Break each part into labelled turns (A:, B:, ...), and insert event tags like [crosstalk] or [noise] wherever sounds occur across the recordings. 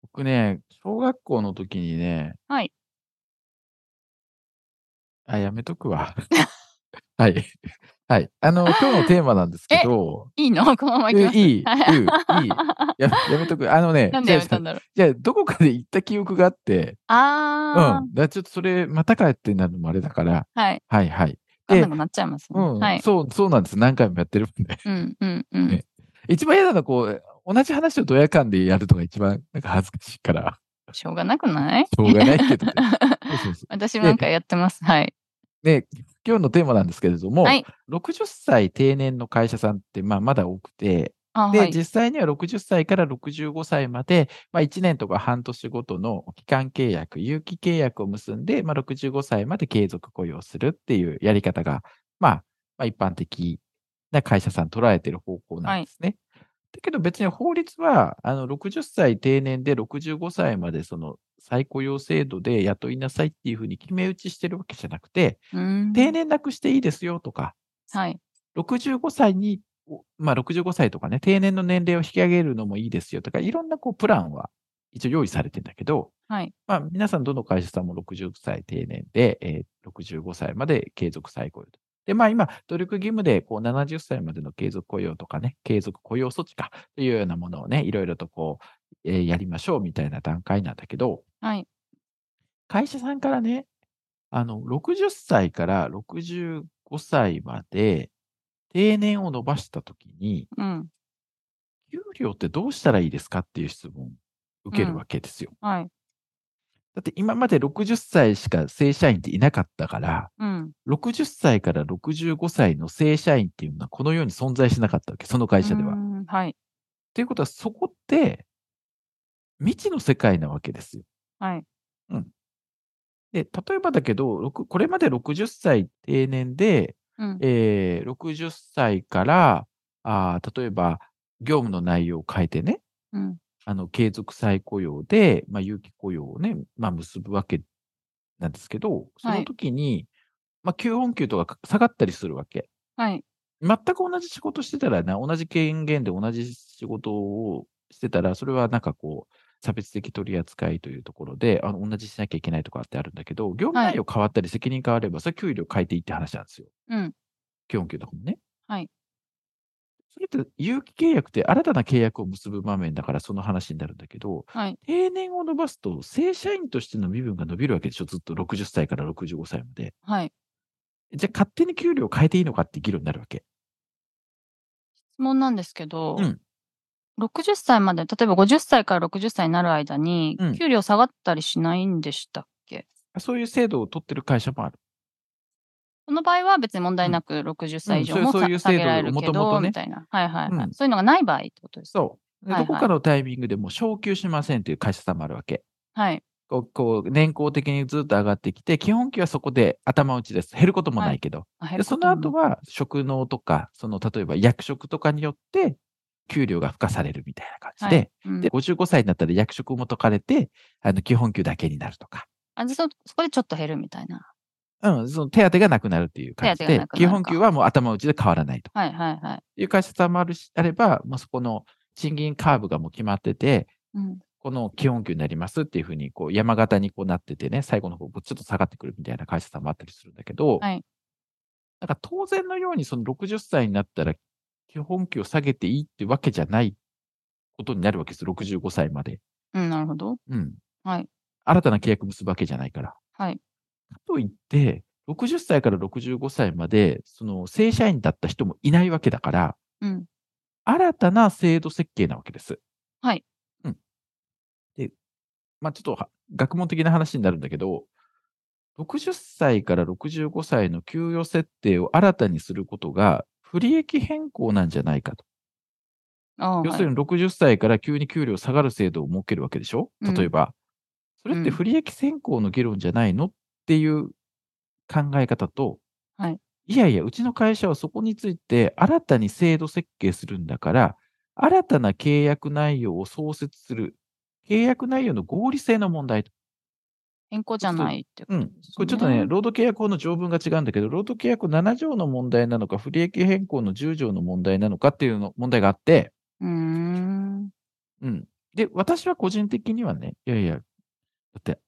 A: 僕ね、小学校の時にね、
B: はい。
A: あ、やめとくわ。 [laughs] はい。はい。あ
B: [laughs]
A: の、今日のテーマなんですけど、
B: いいのこのまま
A: え
B: いきます
A: いい、いい、いい。
B: はい [laughs]
A: ややめとく。あのね、
B: なんでやめたん
A: じゃあ
B: だろう
A: じゃあどこかで行った記憶があって、うん。だ
B: あ
A: か
B: ー、
A: らちょっとそれ、また帰ってなるのもあれだから、
B: はい。
A: はいはい。
B: わか
A: で
B: んなくなっちゃいますね。
A: うん、
B: はい。
A: そう、そうなんです。何回もやってるんで。
B: うんうんうん。
A: ね一番嫌なのは、こう、同じ話をドヤ感でやるのが一番、なんか恥ずかしいから、
B: しょうがなくない [laughs]
A: しょうがないけどね。そうそうそう。
B: 私もなんかやってます。はい。
A: で、今日のテーマなんですけれども、
B: はい
A: 60歳定年の会社さんって、まあ、まだ多くて、
B: あ
A: で、
B: はい。
A: 実際には60歳から65歳まで、まあ、1年とか半年ごとの期間契約、有期契約を結んで、まあ、65歳まで継続雇用するっていうやり方が、まあ、まあ、一般的な会社さん捉えてる方向なんですね。だけど別に法律は、あの、60歳定年で65歳までその再雇用制度で雇いなさいっていうふうに決め打ちしてるわけじゃなくて、
B: うん
A: 定年なくしていいですよとか、
B: はい。
A: 65歳に、おまあ、65歳とかね、定年の年齢を引き上げるのもいいですよとか、いろんなこうプランは一応用意されてんだけど、
B: はい。
A: まあ、皆さんどの会社さんも60歳定年で、えー65歳まで継続再雇用と。で、まあ今、努力義務でこう70歳までの継続雇用とかね、継続雇用措置かというようなものをね、いろいろとこう、えーやりましょうみたいな段階なんだけど、
B: はい。
A: 会社さんからね、あの、60歳から65歳まで定年を延ばしたときに、
B: うん。
A: 給料ってどうしたらいいですかっていう質問を受けるわけですよ。
B: はい。
A: だって今まで60歳しか正社員っていなかったから、
B: うん。
A: 60歳から65歳の正社員っていうのはこの世に存在しなかったわけ、その会社では。
B: う
A: っ
B: んはい。
A: ていうことは、そこって未知の世界なわけですよ
B: はい。
A: で、例えばだけど、ろくこれまで60歳定年で、
B: うん。
A: えー60歳からあー例えば業務の内容を変えてね、
B: うん。
A: あの継続再雇用で、まあ、有期雇用をね、まあ、結ぶわけなんですけど、そ
B: は
A: の
B: い
A: 時に、まあ、給本給とか下がったりするわけ。
B: はい。
A: 全く同じ仕事してたらな、同じ権限で同じ仕事をしてたら、それはなんかこう、差別的取り扱いというところで、あの同じしなきゃいけないとかってあるんだけど、業務内容変わったり責任変われば、それは給料変えていいって話なんですよ。
B: うん。
A: 基本給とかもね。
B: はい。
A: それって、有期契約って新たな契約を結ぶ場面だから、その話になるんだけど、
B: はい。
A: 定年を伸ばすと、正社員としての身分が伸びるわけでしょ、ずっと60歳から65歳まで。
B: はい。
A: じゃあ、勝手に給料を変えていいのかって議論になるわけ。
B: 質問なんですけど、
A: うん
B: 60歳まで、例えば50歳から60歳になる間に
A: うん、
B: 給料下がったりしないんでしたっけ、
A: そういう制度を取ってる会社もある。
B: その場合は別に問題なく60歳以上
A: うん
B: も
A: そう
B: さ
A: いう
B: 下
A: 制度
B: げられる
A: も
B: け
A: とも
B: ど、
A: とね
B: みたいな。はいはいはい、
A: うん
B: そういうのがない場合ってことです。
A: そう。で
B: はいはい
A: どこかのタイミングでもう昇給しませんという会社さんもあるわけ。
B: はい。
A: こう、こう年功的にずっと上がってきて、基本給はそこで頭打ちです。減ることもないけど。
B: あ減
A: で
B: る
A: そ
B: こと
A: の
B: も
A: 後は、職能とか、その、例えば役職とかによって、給料が付加されるみたいな感じで、
B: はいうん
A: で、55歳になったら役職も解かれて、あの、基本給だけになるとか、
B: あそそこでちょっと減るみたいな。
A: うん、その手当がなくなるっていう感じ
B: 手当が
A: で
B: な、くな
A: 基
B: るか
A: 本給はもう頭打ちで変わらないと。
B: はいはいはい。
A: いう会社さんもあるし、あれば、もうそこの賃金カーブがもう決まってて、
B: うん、
A: この基本給になりますっていうふうに、こう、山形にこうなっててね、最後の方、ちょっと下がってくるみたいな会社さんもあったりするんだけど、
B: はい
A: なんか当然のように、その60歳になったら、基本給を下げていいってわけじゃないことになるわけです、65歳まで。
B: うん、なるほど。
A: うん。
B: はい。
A: 新たな契約結ぶわけじゃないから。
B: はい。
A: かといって、60歳から65歳まで、その、正社員だった人もいないわけだから、
B: うん。
A: 新たな制度設計なわけです。
B: はい。
A: うん。で、まあちょっとは学問的な話になるんだけど、60歳から65歳の給与設定を新たにすることが不利益変更なんじゃないかと。
B: あー
A: 要するに60歳から急に給料下がる制度を設けるわけでしょ
B: うん
A: 例えば、それって
B: うん
A: 不利益先行の議論じゃないのっていう考え方と、
B: はい
A: いやいや、うちの会社はそこについて新たに制度設計するんだから、新たな契約内容を創設する、契約内容の合理性の問題と。
B: 変更じゃないってこ
A: う
B: と
A: ん
B: です、ね。
A: これちょっとね、労働契約法の条文が違うんだけど、労働契約7条の問題なのか、不利益変更の10条の問題なのかっていうの問題があって、
B: うーん。
A: うん。で、私は個人的にはね、いやいや、だって、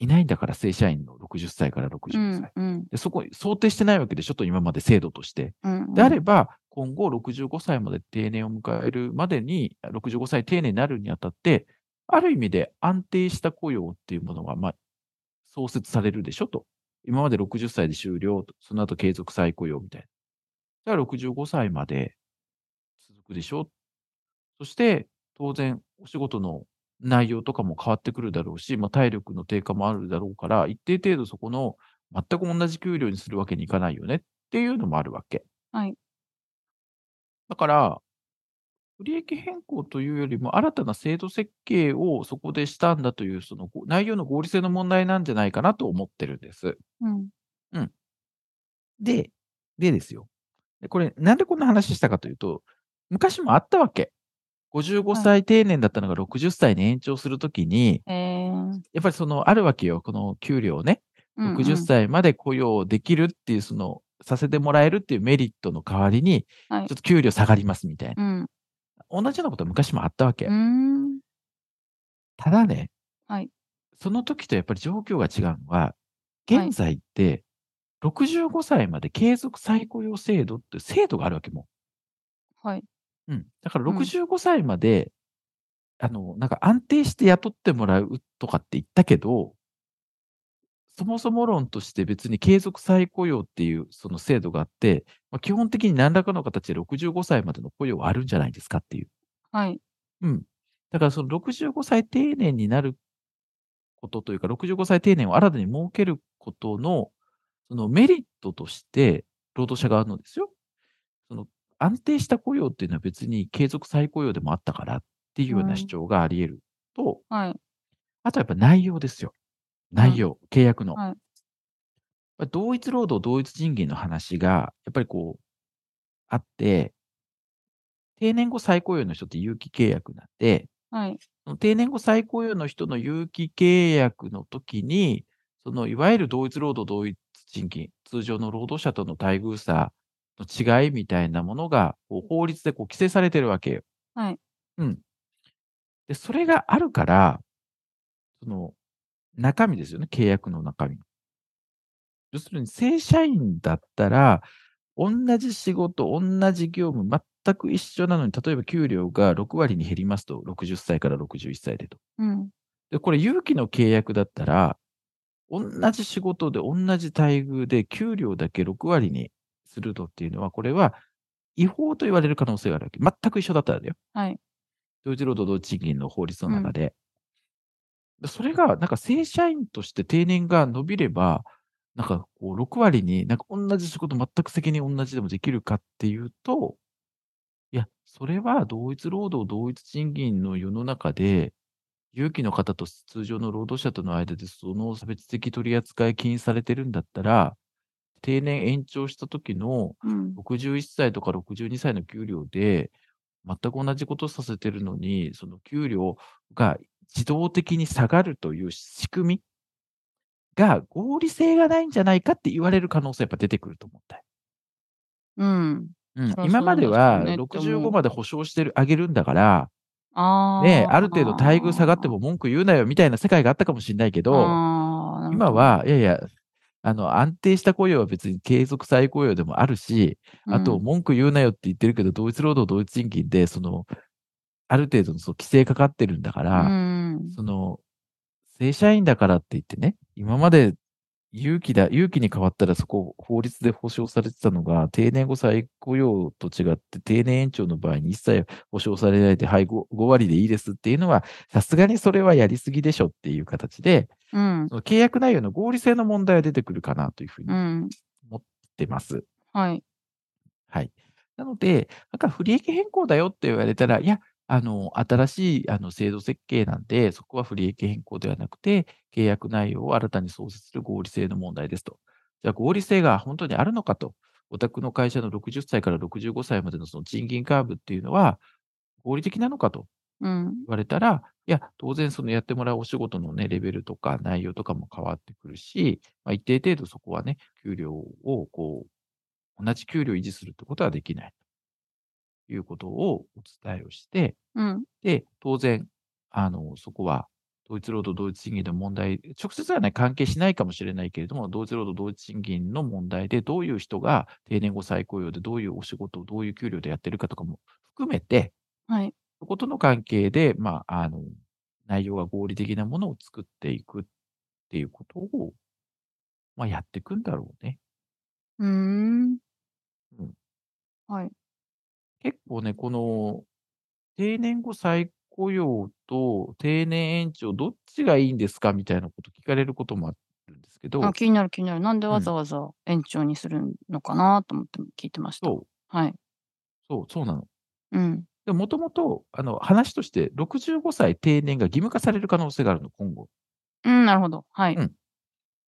A: いないんだから、正社員の60歳から65
B: う
A: 歳。
B: ん。うん。
A: でそこ、想定してないわけでしょ、と今まで制度として。
B: うん。
A: であれば、今後65歳まで定年を迎えるまでに、65歳定年になるにあたって、ある意味で安定した雇用っていうものが、まあ、創設されるでしょと。今まで60歳で終了と、その後継続再雇用みたいな。じゃあ65歳まで続くでしょそして、当然、お仕事の内容とかも変わってくるだろうし、まあ、体力の低下もあるだろうから、一定程度そこの全く同じ給料にするわけにいかないよねっていうのもあるわけ。
B: はい。
A: だから、不利益変更というよりも、新たな制度設計をそこでしたんだという、そのご内容の合理性の問題なんじゃないかなと思ってるんです。
B: うん。
A: で、でですよ。でこれ、なんでこんな話したかというと、昔もあったわけ。
B: は
A: 55
B: い
A: 歳定年だったのが60歳に延長するときに、
B: えー。
A: やっぱりその、あるわけよ。この給料をね、
B: うんうん
A: 60。歳まで雇用できるっていう、その、させてもらえるっていうメリットの代わりに、ち
B: は
A: ょ
B: い
A: っと給料下がりますみたいな。
B: うん。
A: 同じようなことは昔もあったわけ
B: うー。ん。
A: ただね、
B: はい
A: その時とやっぱり状況が違うのは、現在って、65歳まで継続再雇用制度っていう制度があるわけも
B: はい。
A: う。うん。だから
B: うん
A: 65歳まで、あの、なんか安定して雇ってもらうとかって言ったけど、そもそも論として別に継続再雇用っていうその制度があって、まあ、基本的に何らかの形で65歳までの雇用はあるんじゃないですかっていう。
B: はい。
A: うん。だからその65歳定年になることというか、65歳定年を新たに設けることの、そのメリットとして、労働者側のですよ。その安定した雇用っていうのは別に継続再雇用でもあったからっていうよう
B: う
A: なん主張があり得ると、
B: はい。
A: あとやっぱ内容ですよ。内容、契約の。
B: はい
A: やっぱ同一労働同一賃金の話が、やっぱりこう、あって、定年後再雇用の人って有期契約なんで、
B: はい。
A: その定年後再雇用の人の有期契約の時に、そのいわゆる同一労働同一賃金、通常の労働者との待遇差の違いみたいなものが、こう法律でこう規制されてるわけよ。
B: はい。
A: うん。で、それがあるから、その、中身ですよね、契約の中身。要するに、正社員だったら、同じ仕事、同じ業務、全く一緒なのに、例えば給料が6割に減りますと、60歳から61歳でと。
B: うん。
A: で、これ、有期の契約だったら、同じ仕事で同じ待遇で給料だけ6割にするとっていうのは、これは違法と言われる可能性があるわけ。全く一緒だったらだよ。
B: はい。
A: 同一労働同一賃金の法律の中で。でそれが、なんか正社員として定年が伸びれば、なんかこう6割に、なんか同じ仕事全く責任同じでもできるかっていうと、いや、それは同一労働同一賃金の世の中で、有期の方と通常の労働者との間でその差別的取り扱い禁止されてるんだったら、定年延長した時の
B: うん。
A: 61歳とか62歳の給料で、全く同じことさせてるのに、その給料が自動的に下がるという仕組みが合理性がないんじゃないかって言われる可能性やっぱ出てくると思ったよ。
B: うん。
A: うん
B: そりゃ
A: 今までは
B: そうですよねって思う
A: 65まで保証してる、あげるんだから、
B: ああ。
A: ね、ある程度待遇下がっても文句言うなよみたいな世界があったかもしれないけど、
B: あー、
A: 今は、いやいや、あの、安定した雇用は別に継続再雇用でもあるし、
B: な
A: あ
B: るほど、
A: と、
B: うん
A: 文句言うなよって言ってるけど、同一労働同一賃金で、その、ある程度のその規制かかってるんだか
B: う
A: ら、
B: ん。
A: その、正社員だからって言ってね、今まで勇気だ、勇気に変わったらそこ法律で保障されてたのが、定年後再雇用と違って、定年延長の場合に一切保障されないで、はい5、5割でいいですっていうのは、さすがにそれはやりすぎでしょっていう形で、
B: うん。
A: その契約内容の合理性の問題は出てくるかなというふうに
B: う
A: 言っ
B: ん。
A: てます。
B: はい。
A: はい。なので、なんか不利益変更だよって言われたら、いや、あの、新しいあの制度設計なんで、そこは不利益変更ではなくて、契約内容を新たに創設する合理性の問題ですと。じゃあ合理性が本当にあるのかと。お宅の会社の60歳から65歳までのその賃金カーブっていうのは合理的なのかと
B: うん。
A: 言われたら、いや、当然そのやってもらうお仕事のね、レベルとか内容とかも変わってくるし、まあ、一定程度そこはね、給料をこう、同じ給料を維持するってことはできない。ということをお伝えをして、
B: うん。
A: で、当然、あの、そこは、同一労働同一賃金の問題、直接はね、関係しないかもしれないけれども、同一労働同一賃金の問題で、どういう人が定年後再雇用で、どういうお仕事をどういう給料でやってるかとかも含めて、
B: はい。
A: そことの関係で、まあ、あの、内容が合理的なものを作っていくっていうことを、まあ、やっていくんだろうね。
B: うーん
A: うん。
B: はい。
A: 結構ね、この、定年後再雇用と定年延長、どっちがいいんですかみたいなこと聞かれることもあるんですけど、
B: あ、気になる気になる。なんで
A: うん
B: わざわざ延長にするのかなと思って聞いてました。
A: そう、
B: はい。
A: そう、そうなの。
B: うん。
A: でもともと、あの、話として、65歳定年が義務化される可能性があるの、今後。
B: うん、なるほど。はい。
A: うん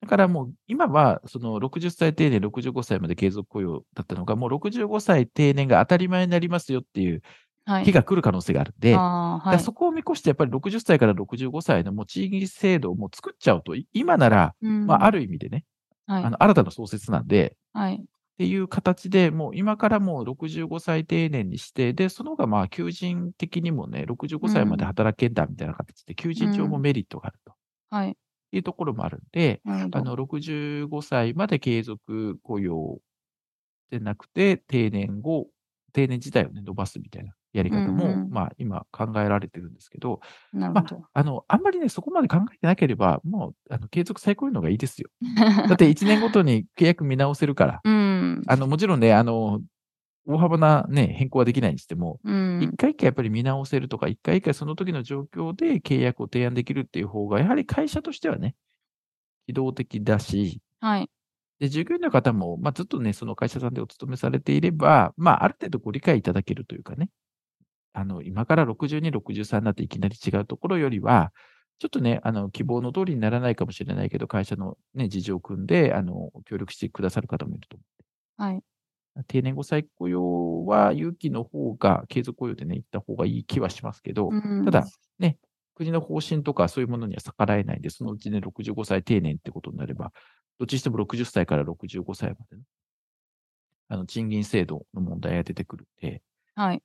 A: だからもう今はその60歳定年、65歳まで継続雇用だったのが、もう65歳定年が当たり前になりますよっていう
B: は
A: 日
B: い。
A: が来る可能性があるんで、
B: ああ、
A: だか
B: は
A: ら
B: い。
A: そこを見越してやっぱり60歳から65歳のもう地域制度をもう作っちゃうと、い今なら、まあ、あ
B: る。
A: る意味でね、
B: はい
A: あ。の新たな創設なんで、
B: はい。
A: っていう形で、もう今からもう65歳定年にして、で、その方がまあ求人的にもね、65歳まで働けんだみたいな形で、求人上もメリットがあると
B: はい。
A: いうところもあるんで、
B: なるほ
A: あ
B: ど。
A: の、65歳まで継続雇用でなくて、定年後、定年自体をね、伸ばすみたいなやり方も、
B: うんうん
A: まあ、今考えられてるんですけど、
B: なるほど。
A: あの、あんまりね、そこまで考えてなければ、もう、あの、継続再雇用の方がいいですよ。だって、1年ごとに契約見直せるから、
B: うん。
A: あの、もちろんね、あの、大幅なね、変更はできないにしても、
B: うん
A: 一。回一回やっぱり見直せるとか、一回一回その時の状況で契約を提案できるっていう方が、やはり会社としてはね、機動的だし、
B: はい。
A: で、従業員の方も、まあ、ずっとね、その会社さんでお勤めされていれば、まあ、ある程度ご理解いただけるというかね、あの、今から62、63になっていきなり違うところよりは、ちょっとね、あの、希望の通りにならないかもしれないけど、会社のね、事情を組んで、あの、協力してくださる方もいると思
B: はい。
A: う。定年後再雇用は、有期の方が、継続雇用でね、行った方がいい気はしますけど、
B: うん
A: ただ、国の方針とかそういうものには逆らえないんで、そのうちね、65歳定年ってことになれば、どっちにしても60歳から65歳までの、あの、賃金制度の問題が出てくるんで、
B: はい。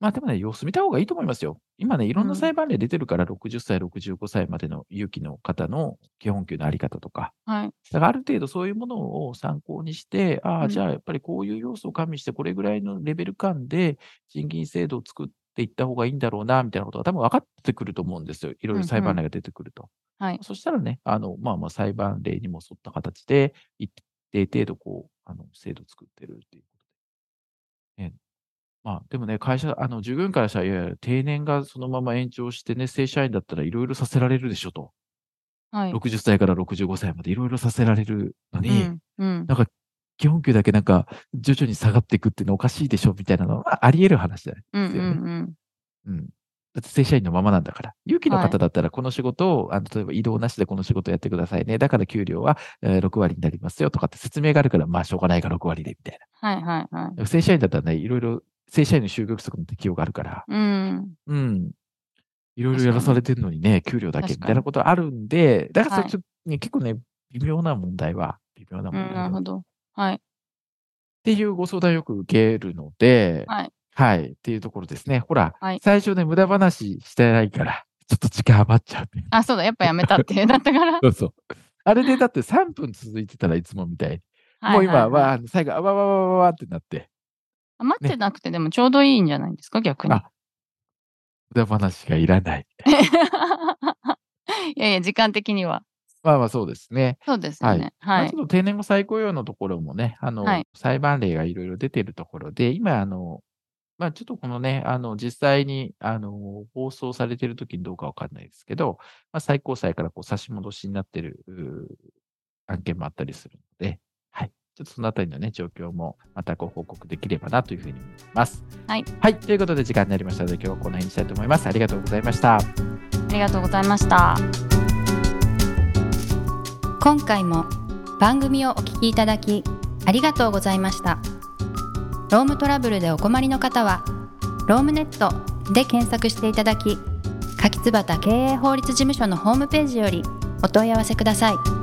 A: まあでもね、様子見た方がいいと思いますよ。今ね、いろん
B: う
A: なん裁判例出てるから、60歳、65歳までの有期の方の基本給のあり方とか、
B: はい。
A: だからある程度そういうものを参考にして、あ
B: う
A: あ、
B: ん
A: じゃあやっぱりこういう要素を加味して、これぐらいのレベル感で賃金制度を作っていった方がいいんだろうな、みたいなことが多分分かってくると思うんですよ。いろいろ裁判例が出てくると。
B: はい。
A: そしたらね、あの、まあまあ裁判例にも沿った形で、一定程度こう、あの、制度を作ってるっていうことで。ねまあ、でもね、会社、あの、従業員からしたら、いやいや、定年がそのまま延長してね、正社員だったらいろいろさせられるでしょと。
B: はい。
A: 60歳から65歳までいろいろさせられるのに、
B: うんうん。
A: なんか基本給だけなんか徐々に下がっていくっていうのおかしいでしょみたいなのはあり得る話だね。
B: うん
A: すよね
B: うん
A: うん。だって正社員のままなんだから。有期の
B: はい
A: 方だったらこの仕事を、あの例えば移動なしでこの仕事やってくださいね。だから給料は、えー6割になりますよとかって説明があるから、まあしょうがないから6割でみたい
B: はいはいはい。
A: な。正社員だったらね、いろいろ正社員の就業規則の適用があるから、
B: うん。
A: うん。いろいろやらされてるのにね、給料だけみ
B: 確か
A: たい
B: に
A: なことあるんで、だからそ
B: は
A: れ
B: い
A: ちょっとね、結構ね、微妙な問題は、微妙な
B: う
A: 問
B: ん、
A: 題
B: な
A: だな
B: るほ
A: っ
B: ど。はい。
A: ていうご相談をよく受けるので、
B: はい。
A: はい、っていうところですね。ほら、
B: はい
A: 最初ね、無駄話してないから、ちょっと時間余っちゃう
B: [laughs]
A: ね。
B: あ、そうだ。やっぱやめたってなったから。はい
A: そうそう。あれでだって3分続いてたらいつもみたいに。
B: はい
A: [laughs] もう今
B: はい
A: は、あの最後、あわわわわわってなって、
B: あ待ってなくて、でもちょうどいいんじゃないですか、逆に。
A: あ無駄話がいらないみたいな。
B: [laughs] いやいや、時間的には。
A: まあまあそうですね。
B: そうですよね。は
A: まあ
B: い
A: ち。ょっと定年後再雇用のところもね、あの、
B: はい
A: 裁判例がいろいろ出てるところで、今、あの、まあ、ちょっとこのね、あの、実際に、あの、放送されてる時にどうかわかんないですけど、まあ、最高裁からこう差し戻しになってるうー案件もあったりするので、はい。ちょっとそのあたりのね、状況もまたご報告できればなというふうに思います。
C: はい。
A: はい。ということで時間になりましたので、今日はこの辺にしたいと思います。ありがとうございました。
C: ありがとうございました。今回も番組をお聞きいただきありがとうございました。ロームトラブルでお困りの方は、ロームネットで検索していただき、柿椿経営法律事務所のホームページよりお問い合わせください。